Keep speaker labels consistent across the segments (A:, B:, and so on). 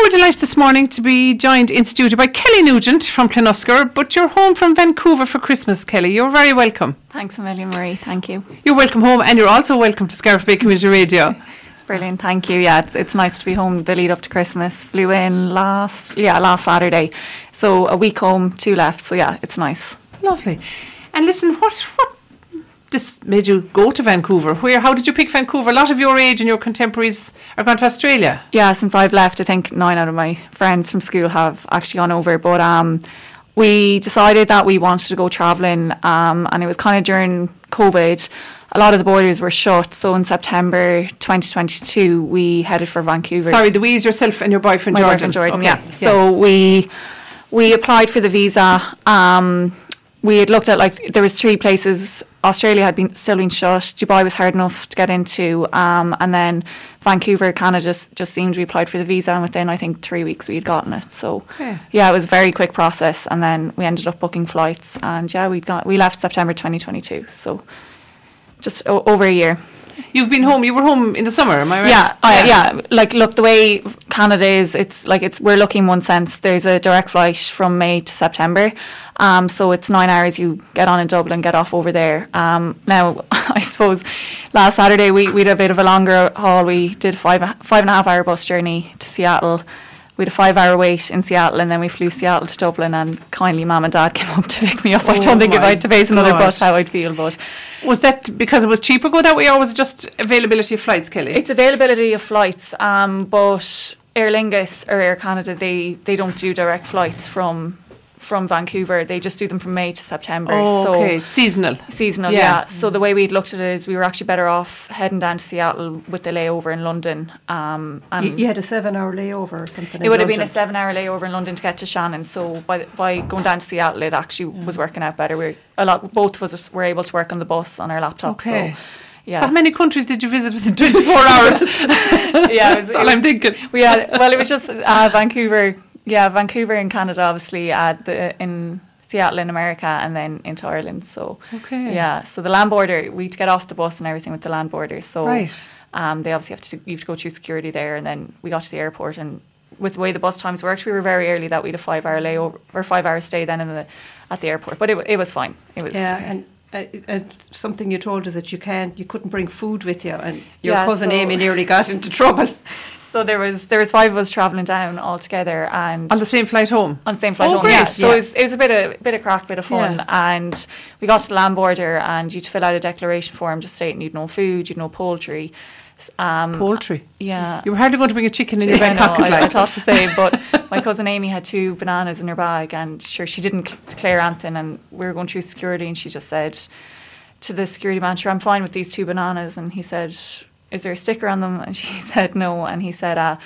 A: we're delighted this morning to be joined in studio by Kelly Nugent from Clonuscar, but you're home from Vancouver for Christmas, Kelly. You're very welcome.
B: Thanks, Amelia Marie. Thank you.
A: You're welcome home, and you're also welcome to Scarf Bay Community Radio.
B: Brilliant, thank you. Yeah, it's, it's nice to be home. The lead up to Christmas flew in last, yeah, last Saturday. So a week home, two left. So yeah, it's nice.
A: Lovely. And listen, what what this made you go to Vancouver? Where? How did you pick Vancouver? A lot of your age and your contemporaries are gone to Australia.
B: Yeah, since I've left, I think nine out of my friends from school have actually gone over. But um, we decided that we wanted to go travelling, um, and it was kind of during COVID. A lot of the borders were shut, so in September 2022, we headed for Vancouver.
A: Sorry, Louise, yourself, and your boyfriend
B: my
A: Jordan.
B: boyfriend Jordan.
A: Okay,
B: Yeah. So we we applied for the visa. Um, we had looked at like there was three places. Australia had been still been shut. Dubai was hard enough to get into, um, and then Vancouver, Canada just just seemed we applied for the visa, and within I think three weeks we had gotten it. So
A: Yeah.
B: yeah, it was a very quick process, and then we ended up booking flights, and yeah, we got we left September 2022. So. Just o- over a year.
A: you've been home. You were home in the summer, am I right?
B: Yeah, I, yeah. Like, look, the way Canada is, it's like it's we're lucky in one sense. There's a direct flight from May to September, um, so it's nine hours. You get on in Dublin, get off over there. Um, now, I suppose last Saturday we we had a bit of a longer haul. We did five five and a half hour bus journey to Seattle. We had a five hour wait in Seattle, and then we flew Seattle to Dublin. And kindly, mum and dad came up to pick me up. I
A: Oh
B: don't think if
A: my
B: I had to face another
A: God.
B: bus, how I'd feel, but.
A: Was that because it was cheaper go that way, or was it just availability of flights, Kelly?
B: It's availability of flights, um, but Aer Lingus or Air Canada they, they don't do direct flights from from Vancouver. They just do them from May to September.
A: oh,
B: so
A: okay, it's seasonal.
B: seasonal,
A: Yeah.
B: yeah. So the way we'd looked at it is we were actually better off heading down to Seattle with the layover in London. Um, and
C: You, you had a seven hour layover or something.
B: it would have been a seven hour layover in London to get to Shannon. So by, the- by going down to Seattle, it actually was working out better. We were, a lot both of us were able to work on the bus on our laptops.
A: Okay.
B: So yeah,
A: So how many countries did you visit within 24 hours?
B: yeah, it was-
A: That's
B: it
A: all
B: was-
A: I'm thinking.
B: we had well it was just uh, Vancouver yeah Vancouver in Canada obviously uh, the, in Seattle in America and then into Ireland so
A: Okay.
B: yeah so the land border we'd get off the bus and everything with the land border so
A: Right.
B: um, they obviously have to you have to go through security there and then we got to the airport and with the way the bus times worked we were very early that we had a five hour layover or five hour stay then in the at the airport but it, wa- it was fine it was
C: Yeah, and. Uh, and something you told us that you can't, you couldn't bring food with you, and your
B: Yeah,
C: cousin
B: so-
C: Amy nearly got into trouble.
B: so there was there was five of us traveling down all together and
A: On the same flight home.
C: Mm.
B: on the same flight
A: Oh,
B: home.
A: great.
B: Yeah. So
C: Yeah.
B: It, was, it was a bit of bit of crack, bit of fun, and we got to the land border, and you'd fill out a declaration form just stating you'd no food, you'd no poultry. S- Um,
A: Poultry.
B: yeah.
A: You were hardly going to bring a chicken in your
B: I
A: back
B: know,
A: pocket,
B: I, I
A: like.
B: thought the same, but my cousin Amy had two bananas in her bag, and sure, she didn't c- declare anything. And we were going through security, and she just said to the security man, "Sure, I'm fine with these two bananas." And he said, "Is there a sticker on them?" And she said, "No." And he said, uh,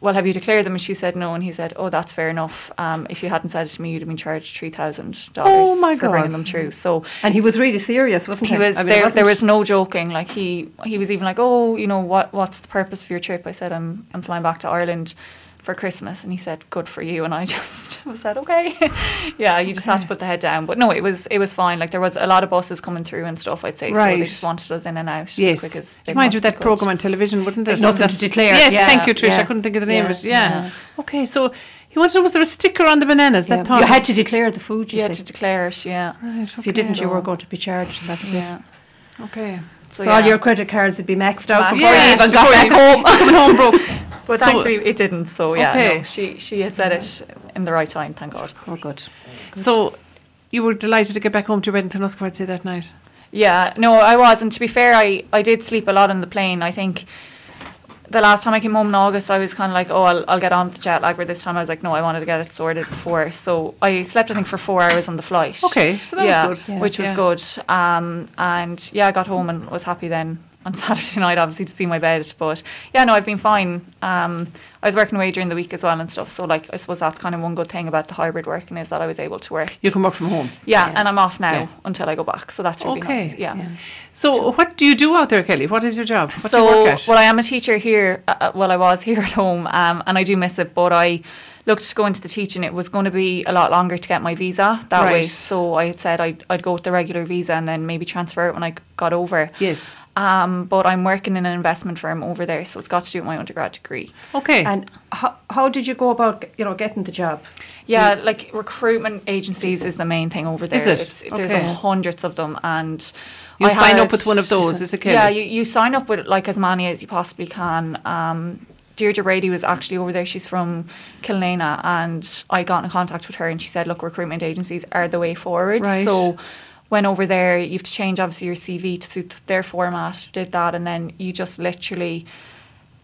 B: "Well, have you declared them?" And she said, "No." And he said, "Oh, that's fair enough. Um, if you hadn't said it to me, you'd have been charged three thousand
A: Oh,
B: dollars
A: my
B: for bringing
A: God.
B: them through." So
C: And he was really serious, wasn't he?
B: he was
C: I mean, it
B: there. There
C: wasn't-
B: was no joking. Like he, he was even like, "Oh, you know what? What's the purpose of your trip?" I said, "I'm I'm flying back to Ireland for Christmas," and he said, "Good for you." And I just said, "Okay, yeah, you just have to put the head down." But no, it was it was fine. Like there was a lot of buses coming through and stuff. I'd say so.
A: Right.
B: They just wanted us in and out
A: Yes.
B: as quick as they
A: Remind you of that
B: possibly could.
A: programme on television, wouldn't it?
C: Nothing to
A: That's-
C: declare.
A: Yes,
C: Yeah,
A: thank you, Trish. I
C: yeah.
A: couldn't think of the name of it.
C: Yeah,
A: Yeah. Okay, so he wanted to know was there a sticker on the bananas
C: Yeah,
A: that thought.
C: you had to declare the food. You
B: You had
C: see.
B: to declare it. Yeah,
A: Right, okay.
C: if you didn't, you were
B: So-
C: going to be charged. And that was
B: yeah.
C: it.
A: Okay.
C: So,
B: yeah.
C: all your credit cards would be maxed out
B: Maxed out.
C: before you even
A: before
C: got
A: you
C: back home.
A: Coming home broke.
B: But
A: So-
B: thankfully it didn't. So yeah,
A: Okay.
B: no, she she had said it in the right time. Thank God.
C: Oh, good.
A: So you were delighted to get back home to your wedding Oscar, I'd say, that night.
B: Yeah, no, I was. And to be fair, I, I did sleep a lot on the plane. I think the last time I came home in August, I was kind of like, oh, I'll, I'll get on the jet lag. But this time I was like, no, I wanted to get it sorted before. So I slept, I think, for four hours on the flight.
A: Okay, so that
B: yeah,
A: was good.
C: Yeah.
B: Which was
A: Yeah.
B: good. Um, and yeah, I got home and was happy then on Saturday night, obviously, to see my bed. But yeah, no, I've been fine. Um, I was working away during the week as well and stuff. So, like, I suppose that's kind of one good thing about the hybrid working is that I was able to work.
A: You can work from home.
B: Yeah,
C: Yeah.
B: and I'm off now
A: Yeah.
B: until I go back. So that's really
A: Okay.
B: nice. Yeah.
A: So what do you do out there, Kelly? What is your job? What
B: so,
A: do you work at?
B: well, I am a teacher here. Uh, uh, well, I was here at home, um, and I do miss it. But I looked to go into the teaching. It was going to be a lot longer to get my visa that way.
A: Right.
B: So I had said I'd, I'd go with the regular visa and then maybe transfer it when I g- got over.
A: yes.
B: Um, but I'm working in an investment firm over there, so it's got to do with my undergrad degree.
A: Okay.
C: And how, how did you go about, you know, getting the job?
B: Yeah, like recruitment agencies is the main thing over there.
A: Mm. Is it?
B: There's
A: Okay.
B: hundreds of them, and
A: You
B: I
A: sign up
B: had-
A: with one of those, is it, Kelly?
B: Yeah, you, you sign up with like as many as you possibly can. Um, Deirdre Brady was actually over there. She's from Kilnana, and I got in contact with her, and she said, "Look, recruitment agencies are the way forward."
A: Right.
B: So. Went over there, you have to change obviously your CV to suit their format, did that, and then you just literally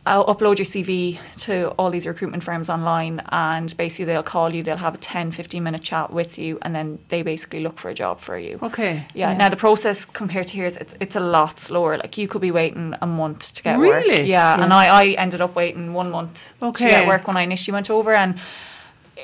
B: I'll upload your CV to all these recruitment firms online, and basically they'll call you, they'll have a 10, 15 minute chat with you, and then they basically look for a job for you.
A: Okay.
B: Yeah.
C: Yeah.
B: Now the process compared to here is it's, it's a lot slower. Like you could be waiting a month to get work.
A: Really?
B: Yeah. And
C: Yeah.
B: I, I ended up waiting one month to
A: Okay.
B: get work when I initially went over. And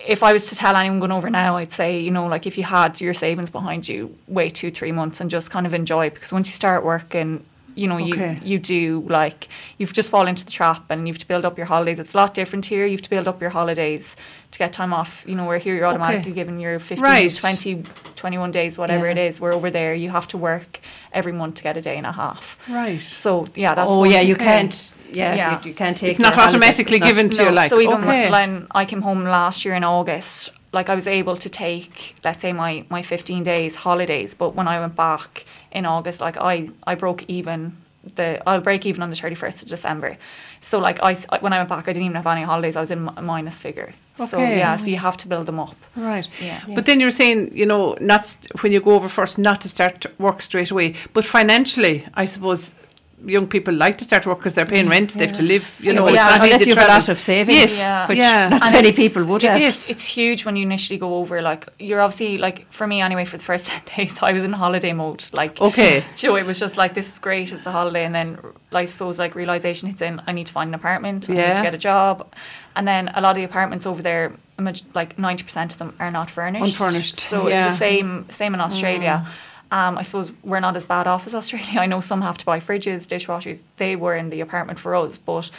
B: if I was to tell anyone going over now, I'd say you know like if you had your savings behind you, wait two three months and just kind of enjoy it because once you start working. You know,
A: Okay.
B: you you do like you've just fallen into the trap, and you have to build up your holidays. It's a lot different here. You have to build up your holidays to get time off. You know, where here you're automatically given your 15,
A: Right.
B: 20, 21 days, whatever
C: Yeah.
B: it is. We're over there. You have to work every month to get a day and a half.
A: Right.
B: So yeah, that's
C: oh,
B: one-
C: yeah, you
A: Okay.
C: can't, yeah,
B: Yeah.
C: You, you can't take
A: It's not
C: your holidays.
A: automatically
C: It's not-
A: given to you like
B: so even
A: okay.
B: with, when I came home last year in August, like I was able to take, let's say my my fifteen days holidays, but when I went back in August, like I I broke even. The I'll break even on the thirty first of December. So like I s- when I went back, I didn't even have any holidays. I was in a minus figure. So
A: Okay.
B: yeah, so you have to build them up.
A: Right.
B: Yeah.
A: But then you're saying, you know, not st- when you go over first, not to start work straight away. But financially, I suppose young people like to start work because they're paying rent, they have to live. You
C: Yeah,
A: know,
C: well,
A: it's
B: yeah,
A: not
C: unless
A: easy
C: you've a
A: travel.
C: lot of savings,
A: Yes,
B: Yeah.
C: which
A: yeah.
C: not
B: And
C: many
B: it's-
C: people would
B: it's,
C: have.
A: Yes.
B: It's huge when you initially go over. Like you're obviously like for me anyway. For the first ten days, I was in holiday mode. Like
A: Okay.
B: so it was just like this is great. It's a holiday, and then I suppose like realization hits in. I need to find an apartment. I need
A: Yeah.
B: to get a job, and then a lot of the apartments over there, a maj- like ninety percent of them are not furnished.
A: Unfurnished,
B: So
A: yeah. Mm.
B: it's the same same in Australia. Um, I suppose we're not as bad off as Australia. I know some have to buy fridges, dishwashers. They were in the apartment for us, but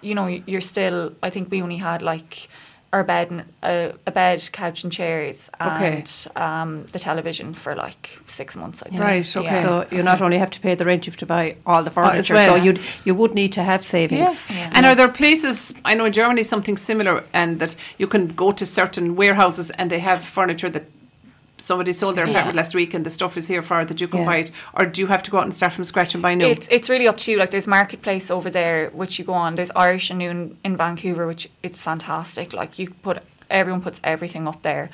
B: you know, you're still. I think we only had like our bed, and, uh, a bed, couch, and chairs,
A: Okay.
B: and um, the television for like six months. I'd say.
A: Right, okay.
B: Yeah.
C: So you not only have to pay the rent, you have to buy all the
A: as
C: furniture.
A: well.
C: So you you would need to have savings.
A: Yes. And are there places, I know in Germany something similar, and that you can go to certain warehouses and they have furniture that somebody sold their
B: Yeah.
A: apartment last week and the stuff is here for it that you can
C: Yeah.
A: buy it? Or do you have to go out and start from scratch and buy new?
B: It's it's really up to you. Like there's marketplace over there which you go on. There's Irish and Noon in Vancouver, which it's fantastic. Like you put everyone puts everything up there.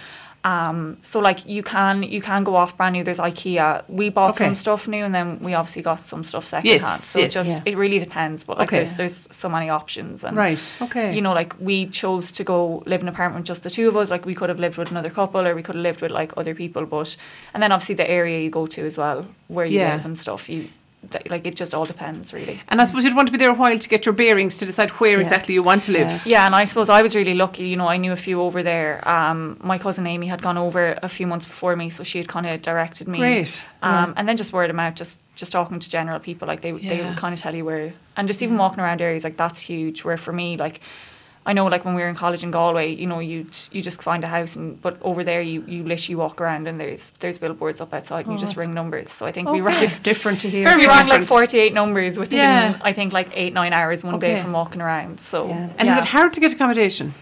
B: Um, so like you can you can go off brand new. There's IKEA. We bought
A: Okay.
B: some stuff new, and then we obviously got some stuff secondhand. so
A: yes.
B: it just
C: Yeah.
B: it really depends. But like
A: Okay.
B: there's there's so many options and
A: right, okay.
B: you know, like we chose to go live in an apartment just the two of us. Like we could have lived with another couple, or we could have lived with like other people. But and then obviously the area you go to as well, where you
A: Yeah.
B: live and stuff. You that, like it just all depends really.
A: and I suppose you'd want to be there a while to get your bearings to decide where
C: Yeah.
A: exactly you want to live.
C: Yeah.
B: Yeah, and I suppose I was really lucky. You know, I knew a few over there. Um, my cousin Amy had gone over a few months before me, so she had kind of directed me.
A: Great.
B: Um, and then just word of mouth, just just talking to general people, like they they
A: Yeah.
B: would kind of tell you where, and just even walking around areas like that's huge. Where for me, like I know, like when we were in college in Galway, you know, you would you just find a house, and but over there, you you literally walk around and there's there's billboards up outside, and you just ring numbers. So I think we rang
C: Dif- different to here.
A: Oh, Very
B: we rang like
A: different.
B: forty eight numbers within
A: Yeah.
B: I think like eight nine hours one
A: Okay.
B: day from walking around. So
C: Yeah.
A: And
B: yeah.
A: is it hard to get accommodation?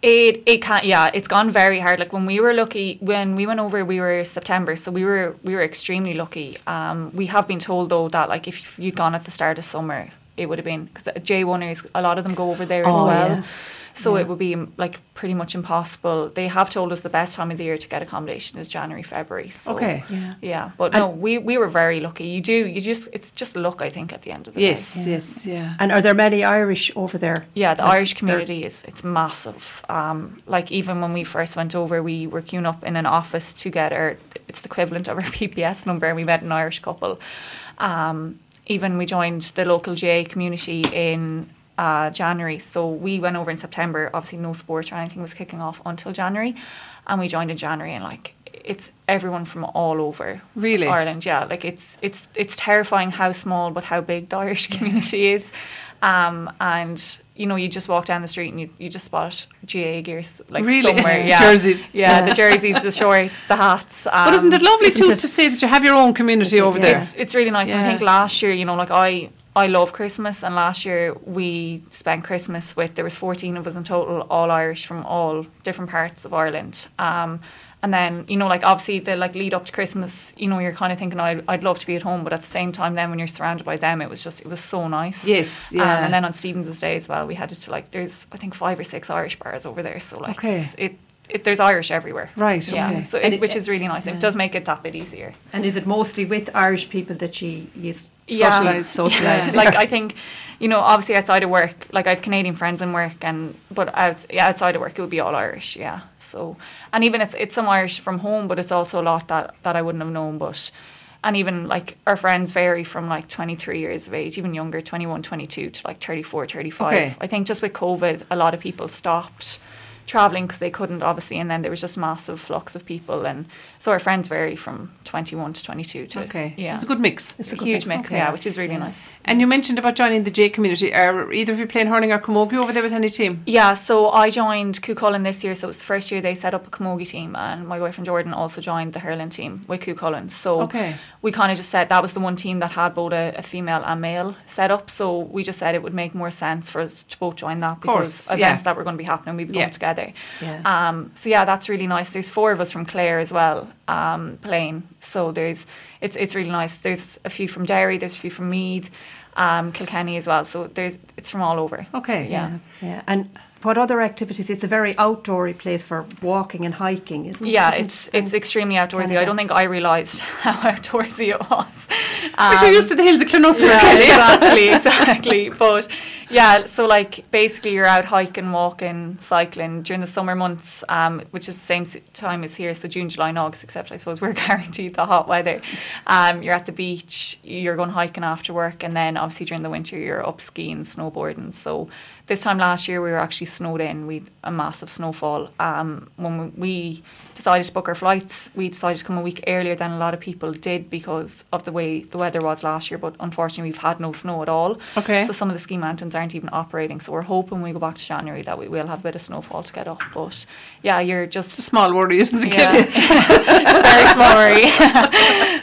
B: It it can yeah it's gone very hard like when we were lucky when we went over we were September so we were we were extremely lucky um we have been told though that like if you'd gone at the start of summer it would have been because J oneers a lot of them go over there as
C: Oh,
B: well
C: yeah.
B: so it would be um, like pretty much impossible they have told us the best time of the year to get accommodation is January February so
A: Okay.
C: Yeah.
B: yeah but no we we were very lucky you do you just it's just luck I think at the end of the day
A: Yes, yes, yeah.
C: And are there many Irish over there?
B: yeah, the
C: Like,
B: Irish
C: they're-
B: community is it's massive. Um, like even when we first went over, we were queuing up in an office to get our it's the equivalent of our PPS number, and we met an Irish couple. Um, even we joined the local GA community in uh, January, so we went over in September. Obviously, no sports or anything was kicking off until January, and we joined in January, and like it's everyone from all over
A: Really?
B: Ireland. Yeah, like it's it's it's terrifying how small but how big the Irish community is, um, and you know you just walk down the street and you, you just spot GA gears like
A: Really?
B: somewhere.
A: The
B: Yeah.
A: jerseys.
B: Yeah, the jerseys, the shorts, the hats. Um,
A: but isn't it lovely
C: isn't
A: too
C: it-
A: to say that you have your own community
C: Isn't-
A: over
C: yeah.
A: there?
B: it's, it's really nice. And
A: Yeah.
B: I think last year, you know, like I I love Christmas, and last year we spent Christmas with there was fourteen of us in total, all Irish from all different parts of Ireland. Um, and then you know, like obviously the like lead up to Christmas, you know, you're kind of thinking, I'd, I'd love to be at home, but at the same time, then when you're surrounded by them, it was just it was so nice.
A: Yes, yeah.
B: Um, and then on Stevens's Day as well, we headed to like there's I think five or six Irish bars over there, so like
A: Okay.
B: it's- it, it there's Irish everywhere.
A: Right,
B: Yeah.
A: okay.
B: So
C: And
B: it,
C: it-
B: which is really nice.
C: yeah.
B: It does make it that bit easier.
C: And is it mostly with Irish people that you used
B: Yeah.
C: socialise? Socialise.
B: like I think, you know, obviously outside of work, like I have Canadian friends in work, and but out, yeah, outside of work it would be all Irish, yeah. So and even it's it's some Irish from home, but it's also a lot that that I wouldn't have known, but. And even like our friends vary from like 23 years of age, even younger, 21, 22 to like 34, 35.
A: Okay.
B: I think just with COVID, a lot of people stopped traveling because they couldn't, obviously. And then there was just massive flux of people. And so our friends vary from 21 to 22 to.
A: Okay, so
B: Yeah.
A: it's a good mix.
C: It's
B: It's
C: a
B: a
C: good
B: huge
C: mix,
B: mix,
A: okay.
B: yeah, which is really nice.
A: And you mentioned about joining the J community. Are either of you playing hurling or camogie over there with any team?
B: Yeah, so I joined Cucullin this year, so it's the first year they set up a camogie team, and my boyfriend Jordan also joined the hurling team with Cucullin. So
A: Okay.
B: we kind of just said that was the one team that had both a, a female and male set up, so we just said it would make more sense for us to both join that
A: course,
B: because
A: yeah.
B: events that were going to be happening, we'd be
A: Yeah.
B: going together.
C: Yeah.
B: Um, so yeah, that's really nice. There's four of us from Clare as well um, playing. So there's it's it's really nice. There's a few from Derry, there's a few from Mead, um, Kilkenny as well. So there's it's from all over.
A: Okay.
B: So, yeah.
C: yeah. And what other activities? It's a very outdoory place for walking and hiking, isn't it?
B: Yeah,
C: Isn't
B: it's it's extremely outdoorsy.
C: Canada.
B: I don't think I realised how outdoorsy it was. Um,
A: But you're used to the hills of Clonosa.
B: yeah, exactly, exactly. But yeah, so like basically you're out hiking, walking, cycling during the summer months, um, which is the same s- time as here, so June, July, and August. Except I suppose we're guaranteed the hot weather. Um, you're at the beach, you're going hiking after work, and then obviously during the winter you're up skiing, snowboarding. So this time last year we were actually snowed in. We had a massive snowfall. Um, when we- we decided to book our flights, we decided to come a week earlier than a lot of people did because of the way the weather was last year. But unfortunately, we've had no snow at all.
A: Okay.
B: So some of the ski mountains aren't even operating. So we're hoping when we go back to January that we will have a bit of snowfall to get up. But yeah, you're
A: It's a
B: just
A: small worry, isn't it,
B: yeah.
A: Kitty?
B: Very sorry.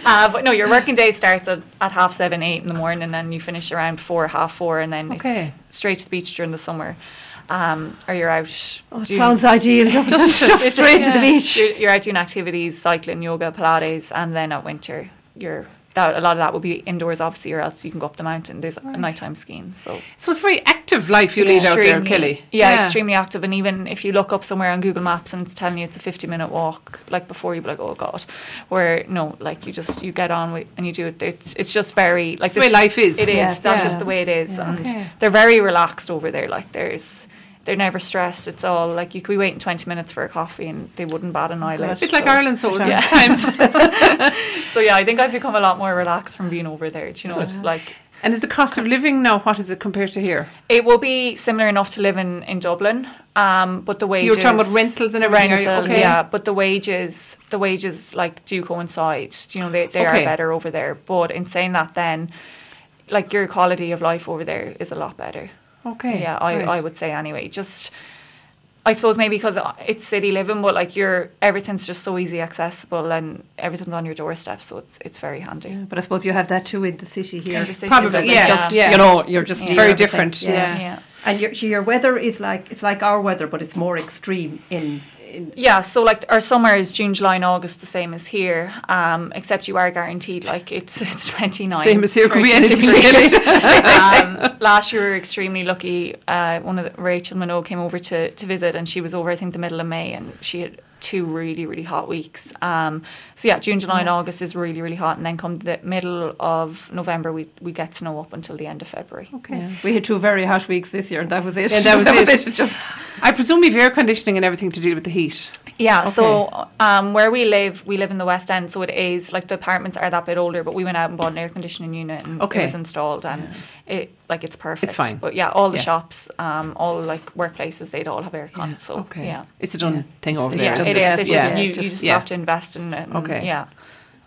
B: uh, but no, your working day starts at, at half seven, eight in the morning, and you finish around four, half four, and then
A: Okay.
B: it's straight to the beach during the summer. Um, or you're out.
C: Oh, it
B: doing-
C: sounds ideal, doesn't it?
A: Doesn't it?
C: Just straight to the
A: Yeah.
C: beach.
B: You're, you're out doing activities, cycling, yoga, Pilates, and then at winter, you're that a lot of that will be indoors, obviously, or else you can go up the mountain. There's a nighttime skiing, so
A: So it's a very active life you lead out there,
B: Extremely-
A: Kelly.
B: Yeah, extremely active. And even if you look up somewhere on Google Maps and it's telling you it's a 50 minute walk, like before you'd be like, oh God, where no, like you just, you get on with, and you do it. It's, it's just very, like,
A: It's the way
B: this-
A: life is.
B: It is.
C: Yeah.
B: That's
A: Yeah.
B: just the way it is.
C: Yeah.
B: And
A: Okay.
B: they're very relaxed over there. Like, there's, they're never stressed. It's all like you could be waiting 20 minutes for a coffee and they wouldn't bat an eyelid.
A: It's like
B: so-
A: Ireland, so
C: Yeah.
A: at times.
B: So yeah, I think I've become a lot more relaxed from being over there. Do you know, it's like
A: And is the cost of living now, what is it compared to here?
B: It will be similar enough to live in, in Dublin, um, but the wages.
A: were talking about rentals and everything, are you-
B: Rental,
A: okay.
B: yeah, but the wages, the wages like do coincide. You know, they, they
A: Okay.
B: are better over there. But in saying that, then, like your quality of life over there is a lot better.
A: Okay.
B: Yeah, I,
A: right.
B: I would say anyway. Just, I suppose maybe because it's city living, but like you're everything's just so easy accessible and everything's on your doorstep, so it's it's very handy.
C: Yeah, But I suppose you have that too in the city here.
B: Every city is
A: Probably,
B: open,
A: yeah,
C: Just,
A: yeah.
C: you know, you're just
B: Yeah.
C: doing
A: Very
C: everything.
A: different, yeah.
B: yeah.
C: And your, so your weather is like it's like our weather, but it's more extreme in in
B: Yeah, so like our summer is June, July, and August, the same as here. Um, except you are guaranteed like it's it's twenty nine.
A: Same as here, could be anything, really.
B: um, last year we were extremely lucky. Uh, one of the, Rachel Minogue came over to, to visit, and she was over I think the middle of May, and she had two really really hot weeks. Um, so yeah, June, July, and August is really really hot, and then come the middle of November we we get snow up until the end of February.
A: Okay.
C: Yeah. We had two very hot weeks this year, and that was it.
A: Yeah, that was it.
C: Just
A: I presume we've air conditioning and everything to deal with the heat.
B: Yeah,
A: Okay.
B: so um, where we live, we live in the West End, so it is like the apartments are that bit older, but we went out and bought an air conditioning unit and
A: Okay.
B: it was installed and it like it's perfect.
A: fine.
B: But yeah, all the
A: Yeah.
B: shops, um, all like workplaces, they'd all have aircon. So
A: Okay.
B: yeah.
A: It's a done
C: Oh, Yeah.
A: thing over
C: It's
A: there.
B: Yeah,
C: just-
B: it
A: isn't
B: is.
C: it's
B: It's
A: yeah.
B: just you,
C: just-
B: you just
A: yeah.
B: have to invest in it. And,
A: Okay.
B: Yeah.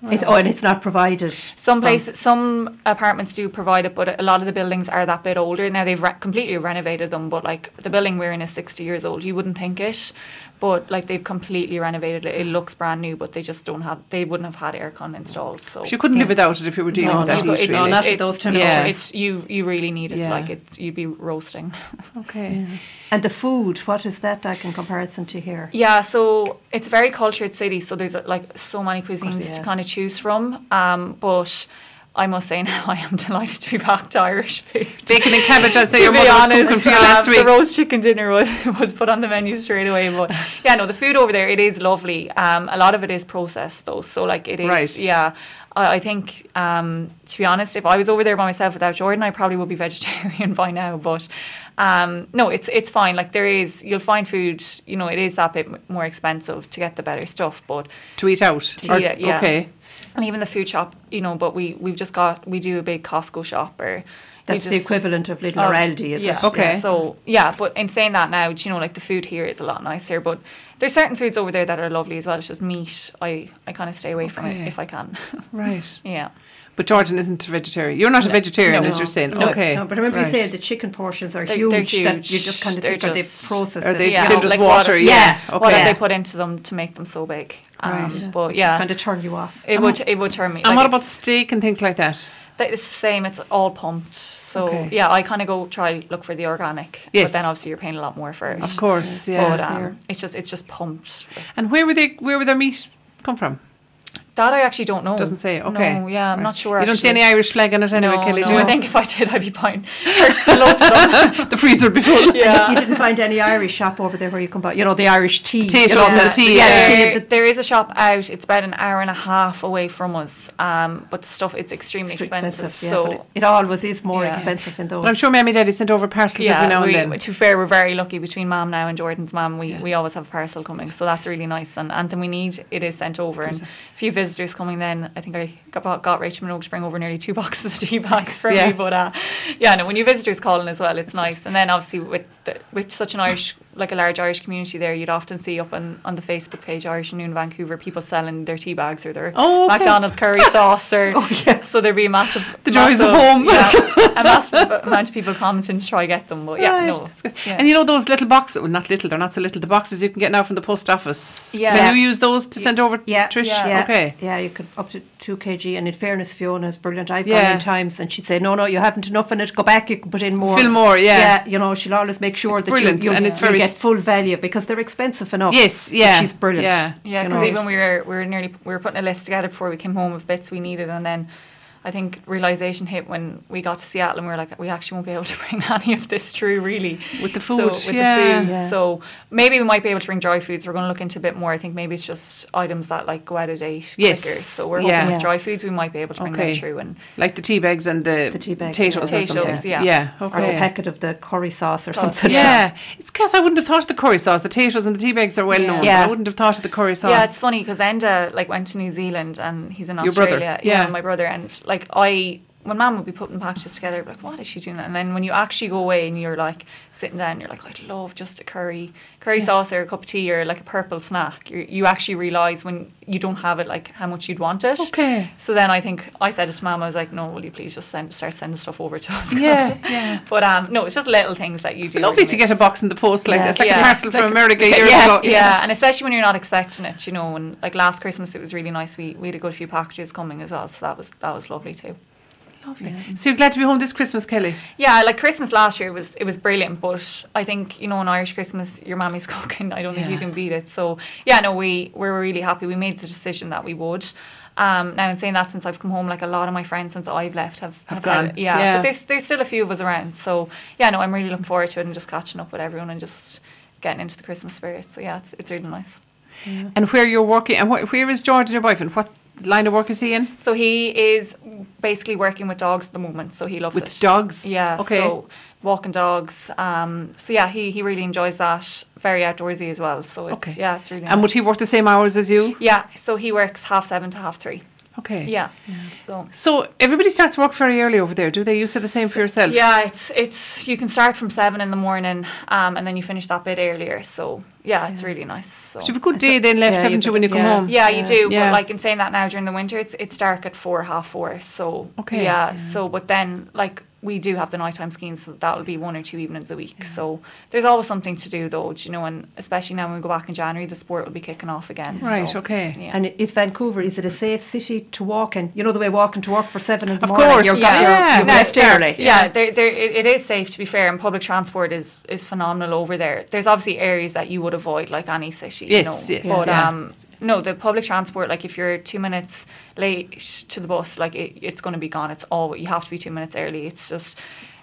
C: It, oh, and it's not provided.
B: Some places, some apartments do provide it, but a lot of the buildings are that bit older. Now they've re- completely renovated them, but like the building we're in is 60 years old. You wouldn't think it, but like they've completely renovated it. It looks brand new, but they just don't have. They wouldn't have had aircon installed. So
A: But you couldn't live without it if you were dealing
C: No,
A: with that
C: no,
B: it's-
A: heat.
C: No,
A: really.
C: not with those temperatures.
A: Yeah.
B: It's you. You really need it.
A: Yeah.
B: Like it, you'd be roasting.
A: Okay.
C: And the food, what is that like in comparison to here?
B: Yeah, so it's a very cultured city, so there's uh, like so many cuisines
C: yeah.
B: to kind of choose from. Um, but I must say now I am delighted to be back to Irish food.
A: Bacon and cabbage, I'd say
B: To
A: your
B: be
A: mother was
B: honest,
A: cooking for you
B: um,
A: last week.
B: The roast chicken dinner was was put on the menu straight away. But yeah, no, the food over there it is lovely. Um, a lot of it is processed though, so like it is.
A: Right.
B: Yeah, I, I think um, to be honest, if I was over there by myself without Jordan, I probably would be vegetarian by now. But um, no, it's it's fine. Like there is, you'll find food. You know, it is that bit m- more expensive to get the better stuff, but
A: to eat out.
B: To eat out, yeah.
A: Okay.
B: and even the food shop, you know, but we we've just got we do a big Costco shop or. you
C: That's the
B: just-
C: equivalent of Little
B: of-
C: or Aldi, is
B: yeah.
C: it?
A: Okay.
B: So yeah, but in saying that now, do you know, like the food here is a lot nicer, but there's certain foods over there that are lovely as well. It's just meat. I I kind of stay away from
A: Okay.
B: it if I can.
A: Right.
B: yeah.
A: But Jordan isn't a vegetarian. You're not a vegetarian, as you're saying.
C: No,
A: okay.
C: No, but remember
A: right.
C: you said the chicken portions are
B: They're-
C: huge,
B: they're
C: That
B: huge.
C: you just kind of
B: They're
C: think are they
B: just-
C: processed?
A: Are they
C: yeah.
A: filled with
B: like
A: water?
B: water.
A: Yeah.
C: Yeah.
B: What
A: Okay.
B: have
C: Yeah.
B: they put into them to make them so big? Um,
A: Right.
B: But yeah,
C: kind of turn you off.
B: it would it would turn me.
A: And
B: like,
A: what about
B: it's-
A: steak and things like that?
B: th- It's the same. It's all pumped. So
A: Okay.
B: yeah, I kind of go try look for the organic.
A: Yes.
B: But then obviously you're paying a lot more for it.
A: Of course. Yeah.
B: But,
C: Here.
B: um, it's just it's just pumped.
A: and where were they? Where were their meat come from?
B: That I actually don't know.
A: Doesn't say. Okay.
B: No, yeah, I'm
A: Right.
B: not sure.
A: You don't see
B: actually.
A: any Irish flag on it anyway,
B: no,
A: Kelly,
B: no,
A: do you?
B: I think if I did, I'd be fine. There's loads of them.
A: the freezer would be full.
C: You didn't find any Irish shop over there where you can buy, you know, the Irish tea.
A: tea
C: you
A: shop
C: know,
A: and the tea, yeah.
C: Yeah, the tea,
B: There,
C: the-
B: there is a shop out. It's about an hour and a half away from us, um, but the stuff it's extremely
C: it's too
B: expensive.
C: expensive. yeah,
B: so
C: but it, it always is more
B: Yeah.
C: expensive in those.
A: But I'm sure Mammy and Daddy sent over parcels
B: yeah,
A: every now
B: we,
A: and then.
B: to be fair, we're very lucky between Mom now and Jordan's mom. We
A: Yeah.
B: we always have a parcel coming, so that's really nice. And anything we need, it is sent over. And a few visitors coming. Then I think I got, got Rachel Minogue to bring over nearly two boxes of tea bags for
A: Yeah.
B: me. But uh, yeah, no, when you visitors calling as well, it's nice. And then obviously with the, with such an Irish like a large Irish community there, you'd often see up on, on the Facebook page Irish Noon Vancouver people selling their tea bags or their
A: Oh, okay. Oh,
B: McDonald's curry sauce or so there'd be a massive
A: The joys of
B: massive-
A: home.
B: yeah, a massive amount of people commenting to try get them, but yeah,
A: Right,
B: no.
A: that's good.
B: Yeah.
A: And you know those little boxes? Well, not little. They're not so little. The boxes you can get now from the post office.
B: Yeah.
A: Can you use those to send over,
C: Yeah,
A: Trish?
B: yeah.
C: Yeah,
A: Okay.
C: Yeah, you could up to two kg. And in fairness, Fiona's brilliant. I've
A: Yeah.
C: gone in times, and she'd say, "No, no, you haven't enough in it. Go back. You can put in more.
A: Fill more, yeah.
C: you know, she'll always make sure
A: It's
C: that
A: brilliant,
C: you you'll-
A: and it's
C: you'll
A: very
C: get
A: s-
C: full value because they're expensive enough.
A: Yes,
C: But
A: yeah,
C: she's brilliant.
A: yeah.
B: Yeah,
C: you
B: because
C: know.
B: even we were we were nearly we were putting a list together before we came home of bits we needed, and then I think realization hit when we got to Seattle, and we were like, we actually won't be able to bring any of this through, really,
A: With the
B: So,
A: food,
B: with
A: yeah.
B: the food.
C: Yeah.
B: So maybe we might be able to bring dry foods. We're going to look into a bit more. I think maybe it's just items that like go out of date.
A: Yes,
B: quicker. So we're
A: yeah.
B: hoping
C: Yeah.
B: with dry foods we might be able to bring
A: Okay.
B: them through and
A: Like the tea bags and the,
C: The tea bags,
A: potatoes
C: yeah.
A: or something.
B: Potatoes, yeah.
C: Or the
A: Okay.
C: packet of the curry sauce or
B: Sauce,
C: something.
A: Yeah, it's because I wouldn't have thought of the curry sauce. The potatoes and the tea bags are well
B: Yeah.
A: known. Yeah.
C: Yeah.
A: I wouldn't have thought of the curry sauce.
B: Yeah, it's funny because Enda like went to New Zealand and he's in
A: Your brother,
B: Australia.
A: yeah.
B: my brother and like I. When mum would be putting packages together, I'd be like, what is she doing? And then when you actually go away and you're like sitting down, you're like, I'd love just a curry, curry sauce or a cup of tea or like a purple snack. You, you actually realise when you don't have it, like how much you'd want it.
A: Okay.
B: So then I think I said it to mum, I was like, no, will you please just send, start sending stuff over to us? 'cause-
A: Yeah, yeah.
B: But um, no, it's just little things that you do.
A: lovely
B: really
A: to get a
B: miss.
A: box in the post like
C: Yeah.
A: this, like a
B: Yeah.
A: parcel from America years
B: yeah,
A: ago.
B: Yeah. and especially when you're not expecting it, you know. And like last Christmas, it was really nice. We we had a good few packages coming as well, so that was that was lovely too.
A: Lovely. So you're glad to be home this Christmas, Kelly?
B: Yeah, like Christmas last year was it was brilliant, but I think you know an Irish Christmas, your mammy's cooking. I don't think
A: Yeah.
B: you can beat it. So yeah, no, we we were really happy. We made the decision that we would. Um, now in saying that, since I've come home, like a lot of my friends since I've left have
A: Have
B: had
A: gone.
B: it. Yeah,
A: Yeah.
B: but there's there's still a few of us around. So yeah, no, I'm really looking forward to it and just catching up with everyone and just getting into the Christmas spirit. So yeah, it's it's really nice.
A: And where you're working, and wh- where is George and your boyfriend? What line of work is he in?
B: So he is basically working with dogs at the moment. So he loves
A: With
B: it.
A: dogs?
B: Yeah.
A: Okay.
B: So walking dogs. Um, so yeah, he, he really enjoys that. Very outdoorsy as well. So it's
A: Okay.
B: yeah, it's really.
A: And
B: nice.
A: would he work the same hours as you?
B: yeah. So he works half seven to half three.
A: Okay.
B: Yeah. So.
A: So everybody starts work very early over there, do they? You said the same for yourself.
B: Yeah, it's it's you can start from seven in the morning, um, and then you finish that bit earlier. So yeah, it's really nice. So.
A: But you have a good day then left,
C: yeah,
A: haven't
C: you've
A: you, when you
C: got-
A: come
C: yeah.
A: home?
B: Yeah, you do.
A: Yeah.
B: But like in saying that now during the winter, it's it's dark at four, half four. So
A: Okay.
B: yeah. So but then like we do have the nighttime skiing, so that will be one or two evenings a week. So there's always something to do though, do you know, and especially now when we go back in January, the sport will be kicking off again.
A: Right,
B: so,
A: okay.
B: Yeah.
C: And is Vancouver, is it a safe city to walk in? You know the way walking to work for seven in the
A: Of
C: morning.
A: course,
C: you're,
A: yeah.
C: you're,
A: Yeah.
C: you've
A: No,
C: left
A: it's dark.
C: early.
B: yeah, there, there, it, it is safe to be fair, and public transport is is phenomenal over there. There's obviously areas that you would avoid, like any city.
A: Yes,
B: you know,
A: yes,
B: But
A: yeah.
B: um, no, the public transport, like if you're two minutes late to the bus, like it, it's going to be gone. It's all you have to be two minutes early. It's just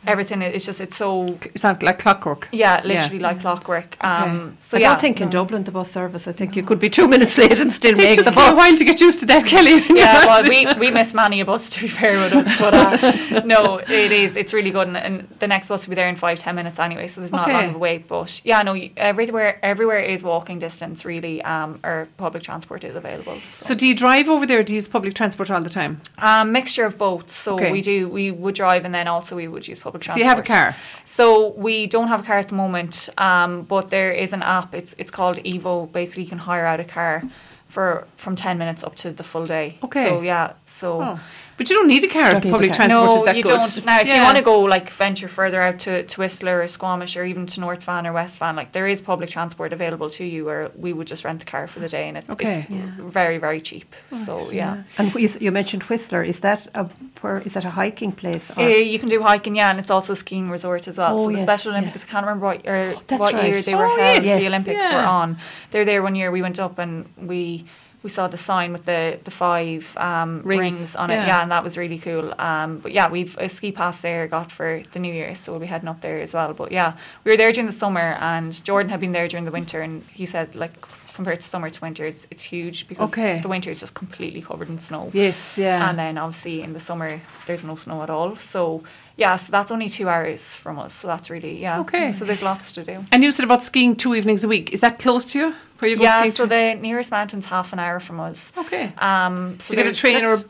B: everything. i- It's just it's so
A: It's not like clockwork.
B: yeah, literally like clockwork. Um, so
C: I
B: yeah,
C: don't think in Dublin the bus service. I think you could be two minutes late and still
A: It
C: make
A: took
C: the
A: you a
C: bus.
A: while to get used to that, Kelly.
B: yeah, well, we, we miss many a bus to be fair with us, but uh, no, it is. It's really good, and, and the next bus will be there in five ten minutes anyway, so there's not long
A: Okay.
B: of a wait. But yeah, no, you- everywhere everywhere is walking distance really, um, or public transport is available. So,
A: So do you drive over there? Or do you use public transport all the time?
B: um, mixture of both. So
A: Okay.
B: we do we would drive, and then also we would use public transport.
A: So you have a car.
B: So we don't have a car at the moment, um, but there is an app. It's it's called Evo. Basically, you can hire out a car. For from ten minutes up to the full day.
A: Okay.
B: So yeah. So
A: Oh. But you don't need a car if
C: Don't need a
A: public
C: car.
A: transport
B: no,
A: is that
B: you
A: good.
B: don't. Now, if
A: Yeah.
B: you want to go like venture further out to, to Whistler or Squamish or even to North Van or West Van, like there is public transport available to you, or we would just rent the car for the day, and it's,
A: Okay.
B: it's very very cheap. so yeah.
C: And wh- you, s- you mentioned Whistler. Is that a where? Is that a hiking place? or-
B: Uh, you can do hiking, yeah, and it's also a skiing resort as well.
C: Oh,
B: so the
C: yes,
B: Special
C: yeah.
B: Olympics, I can't remember what, or
C: That's
B: what year
C: right.
B: they were
A: Oh,
B: held.
A: yes,
B: the Olympics were
A: yeah.
B: on. They were there one year. We went up and we we saw the sign with the the five um,
A: Rings,
B: rings. on
A: yeah.
B: it. Yeah, and that was really cool. Um, but yeah, we've a ski pass there got for the New Year, so we'll be heading up there as well. But yeah, we were there during the summer, and Jordan had been there during the winter, and he said like. Compared to summer to winter, it's, it's huge because
A: Okay.
B: the winter is just completely covered in snow.
A: Yes, yeah.
B: And then obviously in the summer there's no snow at all. So yeah, so that's only two hours from us. So that's really yeah.
A: Okay.
B: So there's lots to do.
A: and you said about skiing two evenings a week. Is that close to you? Where you go
B: Yeah,
A: skiing?
B: so
A: two-
B: the nearest mountain's half an hour from us.
A: okay.
B: Um,
A: So you get a
B: there's
A: train or a-
B: just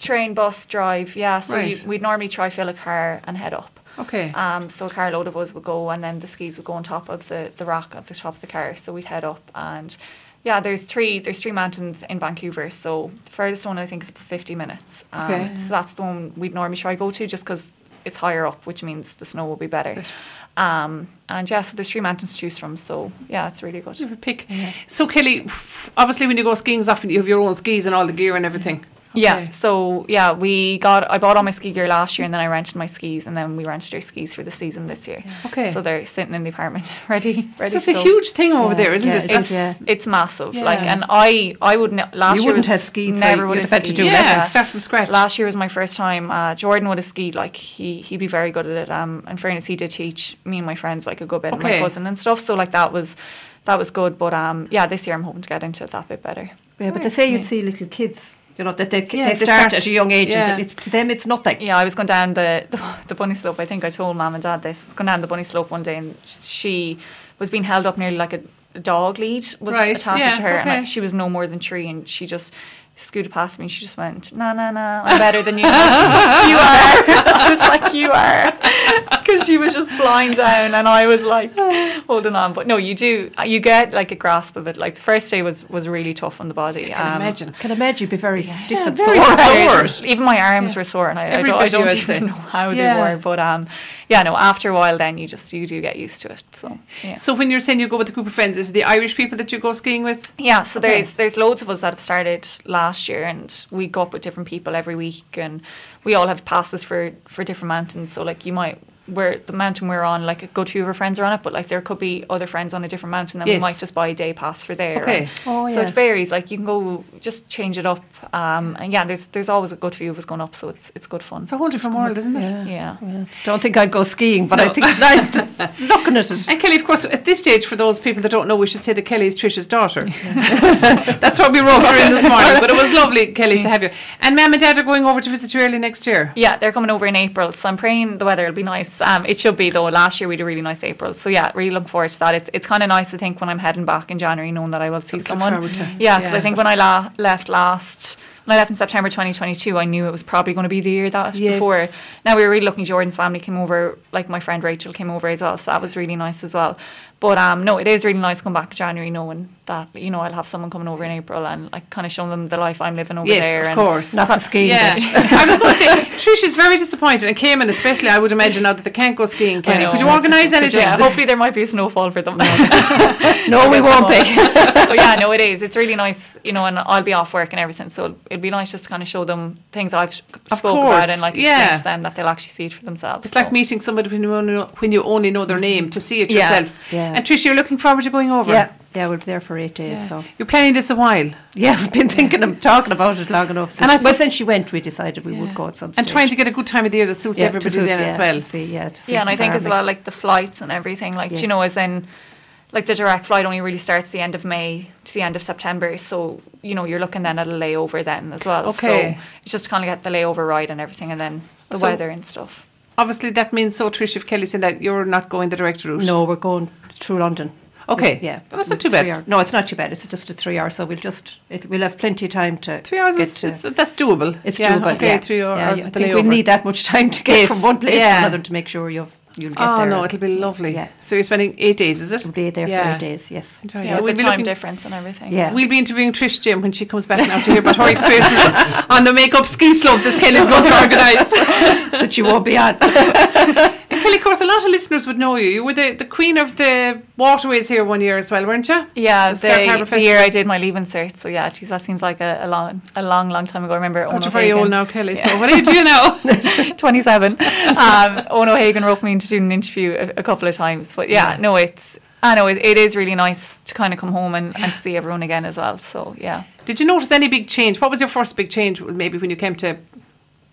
B: train, bus, drive. Yeah, so
A: Right.
B: you, we'd normally try fill a car and head up.
A: Okay.
B: Um, so a carload of us would go, and then the skis would go on top of the, the rack at the top of the car. So we'd head up, and yeah, there's three there's three mountains in Vancouver. So the furthest one I think is 50 minutes. Um,
A: Okay.
B: So that's the one we'd normally try go to, just because it's higher up, which means the snow will be better. Um, and yeah, so there's three mountains to choose from. So yeah, it's really good.
A: You have a pick. So Kelly, obviously when you go skiing, often you have your own skis and all the gear and everything.
B: Yeah.
A: Okay.
B: So yeah, we got I bought all my ski gear last year, and then I rented my skis, and then we rented our skis for the season this year.
A: Okay.
B: So they're sitting in the apartment, ready, ready.
A: So it's
B: to
A: a
B: go.
A: huge thing over
C: Yeah,
A: there, isn't
C: yeah,
A: it?
C: it is,
B: It's
A: That's-
B: it's massive. Like,
A: Yeah.
B: and I I wouldn't last
C: You
B: year
C: wouldn't
B: was
C: have skied, so
B: Never
C: you'd
B: would
C: have had to
B: skied.
C: do
A: yeah,
C: lessons.
A: start from scratch.
B: Last year was my first time. Uh, Jordan would have skied. Like he, he'd be very good at it. Um, in fairness, he did teach me and my friends like a good bit, and
A: Okay.
B: my cousin and stuff. So like that was, that was good. But um, yeah, this year I'm hoping to get into it that bit better.
C: Yeah, but they say you'd see little kids. You know that they,
A: Yeah, they
C: they, start,
A: start-
C: at a young age,
A: yeah.
C: and that it's to them it's nothing.
B: Yeah, I was going down the, the the bunny slope. I think I told mum and dad this. I was going down the bunny slope one day, and she was being held up nearly like a, a dog lead was
A: Right,
B: attached
A: yeah,
B: to her, and I,
A: okay.
B: she was no more than three, and she just scooted past me, and she just went, "No, no, no, I'm better than you." And I was just like, "You are." I was like, "You are," because she was just flying down, and I was like holding on. But no, you do. You get like a grasp of it. Like the first day was was really tough on the body. Um,
A: I can imagine.
C: Um, Can imagine you'd be very stiff and
A: very
C: sore.
A: sore.
B: Yes, Even my arms
A: Yeah.
B: were sore, and I, I
A: Every
B: don't, I
A: bit, you
B: don't
A: would
B: even
A: say.
B: know how
A: Yeah.
B: they were. But um, yeah, no. After a while, then you just you do get used to it. So yeah,
A: So when you're saying you go with a group of friends, is it the Irish people that you go skiing with?
B: yeah. So
A: Okay.
B: there's there's loads of us that have started last year, and we go up with different people every week, and we all have passes for for different mountains. So like you might. Where the mountain we're on, like a good few of our friends are on it, but like there could be other friends on a different mountain, then
A: Yes.
B: we might just buy a day pass for there.
A: Okay.
B: and-
C: Oh,
B: So
C: yeah.
B: it varies. Like you can go just change it up, um, and yeah, there's there's always a good few of us going up, so it's it's good fun.
A: It's a whole different world, isn't it?
C: Yeah.
B: Yeah.
C: Yeah. Don't think I'd go skiing, but I think it's nice to looking at it.
A: And Kelly, of course, at this stage, for those people that don't know, we should say that Kelly is Trisha's daughter. That's what we wrote her in this morning. But it was lovely, Kelly, to have you. And Mum and Dad are going over to visit you early next year.
B: Yeah, they're coming over in April, so I'm praying the weather will be nice yes, um, it should be though. Last year we had a really nice April, so yeah, really looking forward to that. It's it's kind of nice to think when I'm heading back in January, knowing that I will see
A: Something
B: someone.
A: forward to.
B: Yeah, because
A: Yeah.
B: I think when I la- left last. When I left in September 2022, I knew it was probably going to be the year that
A: Yes.
B: before. Now we were really lucky. Jordan's family came over, like my friend Rachel came over as well, so that was really nice as well. But um, no, it is really nice coming back in January, knowing that you know I'll have someone coming over in April and like kind of showing them the life I'm living over
A: Yes,
B: there.
A: of
B: and
A: course.
B: Not the skiing
A: Yeah,
B: bit.
A: I was going to say Trisha's very disappointed, and Cayman especially. I would imagine now that they can't go skiing. Kenny,
B: know.
A: could you organise anything?
B: Yeah, hopefully there might be a snowfall for them.
C: No, we won't be.
B: so yeah, no, it is. It's really nice, you know, and I'll be off work and everything, so it'll be nice just to kind of show them things I've
A: Of
B: spoke
A: course,
B: about and like
A: yeah.
B: explain to them that they'll actually see it for themselves.
A: It's
B: so.
A: like meeting somebody when you only know, when you only know their name to see it
B: Yeah.
A: yourself.
C: Oh. Mm-hmm. Yeah.
A: And Trisha, you're looking forward to going over.
C: Yeah, yeah, we'll be there for eight days. So
A: You're planning this a while
C: yeah, we've been thinking of talking about it long enough. Since,
A: And I
C: well,
A: suppose-
C: since she went, we decided we would go at some stage.
A: and trying to get a good time of the year that suits
C: Yeah, to
A: everybody
C: suit-
A: then
C: yeah,
A: as well.
C: to See, yeah, to see
B: yeah, and
C: the
B: I think as
C: environment.
B: well like the flights and everything, like do
C: Yes.
B: you know, as in like the direct flight only really starts the end of May to the end of September, so you know you're looking then at a layover then as well.
A: Okay.
B: So it's just to kind of get the layover ride and everything, and then the
A: So-
B: weather and stuff.
A: Obviously, that means so Trisha, if Kelly's in that you're not going the direct route.
C: No, we're going through London.
A: Okay.
C: Yeah,
A: Well, that's not too bad.
C: Three hour- No, it's not too bad. It's just a three hour, so we'll just it, we'll have plenty of time to
A: Three hours
C: get
A: is
C: to-
A: it's, that's doable.
C: it's
A: yeah,
C: doable.
A: Okay,
C: yeah.
A: three hours.
C: Yeah,
A: with the
C: I think we
A: layover.
C: need that much time to get
A: Yes,
C: from one place
A: yeah.
C: to another to make sure you've you'll get
A: Oh
C: there.
A: no, it'll be lovely.
C: Yeah.
A: So you're spending eight days, is it?
C: We'll be there for
A: Yeah.
C: eight days. Yes.
A: Enjoy.
B: Yeah,
A: so
B: with
A: we'll
B: the
A: be
B: time
A: looking
B: difference and everything.
C: Yeah.
A: We'll be interviewing Trish Jim when she comes back now to hear about her experiences on the make-up ski slope this Kelly's going to organise.
C: that you won't be on.
A: And Kelly, of course, a lot of listeners would know you. You were the, the queen of the waterways here one year as well, weren't you?
B: Yeah,
A: The Scarf Harbour
B: the, the
A: Festival.
B: year I did my leaving cert. So yeah, geez, that seems like a, a long, a long, long time ago. I remember.
C: Oh,
A: God,
B: Owen
A: you're very old
B: O'Hagan-
A: now, Kelly. So what do you know?
B: 27. Um, Ono Hagen wrote me in to do an interview a, a couple of times, but yeah, no, it's I know it, it is really nice to kind of come home and, and to see everyone again as well. So yeah,
A: Did you notice any big change? What was your first big change? Well, Maybe when you came to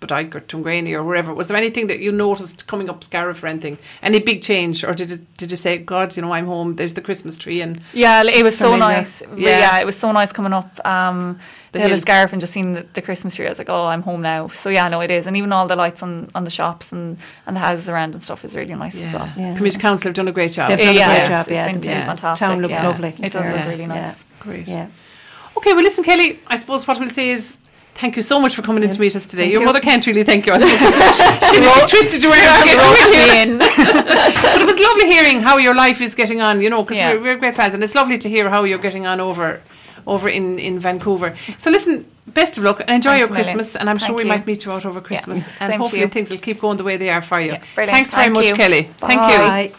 A: Badike or Tungrani or wherever. Was there anything that you noticed coming up Scariff or anything? Any big change, or did it, did you say, God, you know, I'm home. There's the Christmas tree and
B: yeah, it was
C: so Familiar.
B: so
C: nice.
B: nice.
A: Yeah.
B: Yeah. it was so nice coming up um,
A: The
B: the, hill
A: hill.
B: of Scariff and just seeing the, the Christmas tree. I was like, oh, I'm home now. So yeah, no, it is, and even all the lights on, on the shops and, and the houses around and stuff is really nice as well.
C: Yeah.
A: community council have done a great job.
B: Yeah,
C: They've done a great
B: yeah,
C: job,
B: it's-
C: yeah,
B: it's been,
C: the
B: it's
A: town
B: fantastic.
C: looks
B: yeah.
C: lovely, in
B: It does look
A: fairness,
B: really
C: yeah.
B: nice.
A: Great.
C: Yeah.
A: Okay, well, listen, Kelly, I suppose what we'll say is thank you so much for coming in to meet us today.
C: Thank
A: Your
C: you.
A: mother can't really thank you. I suppose. she, she, she twisted you around to get to
B: Roped
A: it here.
B: me in.
A: But it was lovely hearing how your life is getting on, you know, because
B: Yeah.
A: we're, we're great fans. And it's lovely to hear how you're getting on over over in, in Vancouver. So listen, best of luck and enjoy
B: Thanks
A: your
B: a million.
A: Christmas. And I'm sure
B: Thank
A: we
B: you.
A: might meet you out over Christmas.
B: Same
A: And
B: to
A: hopefully
B: you.
A: things will keep going the way they are for you.
B: Yeah, brilliant.
A: Thanks very
B: Thank
A: much,
B: you.
A: Kelly. Thank you.
C: Bye.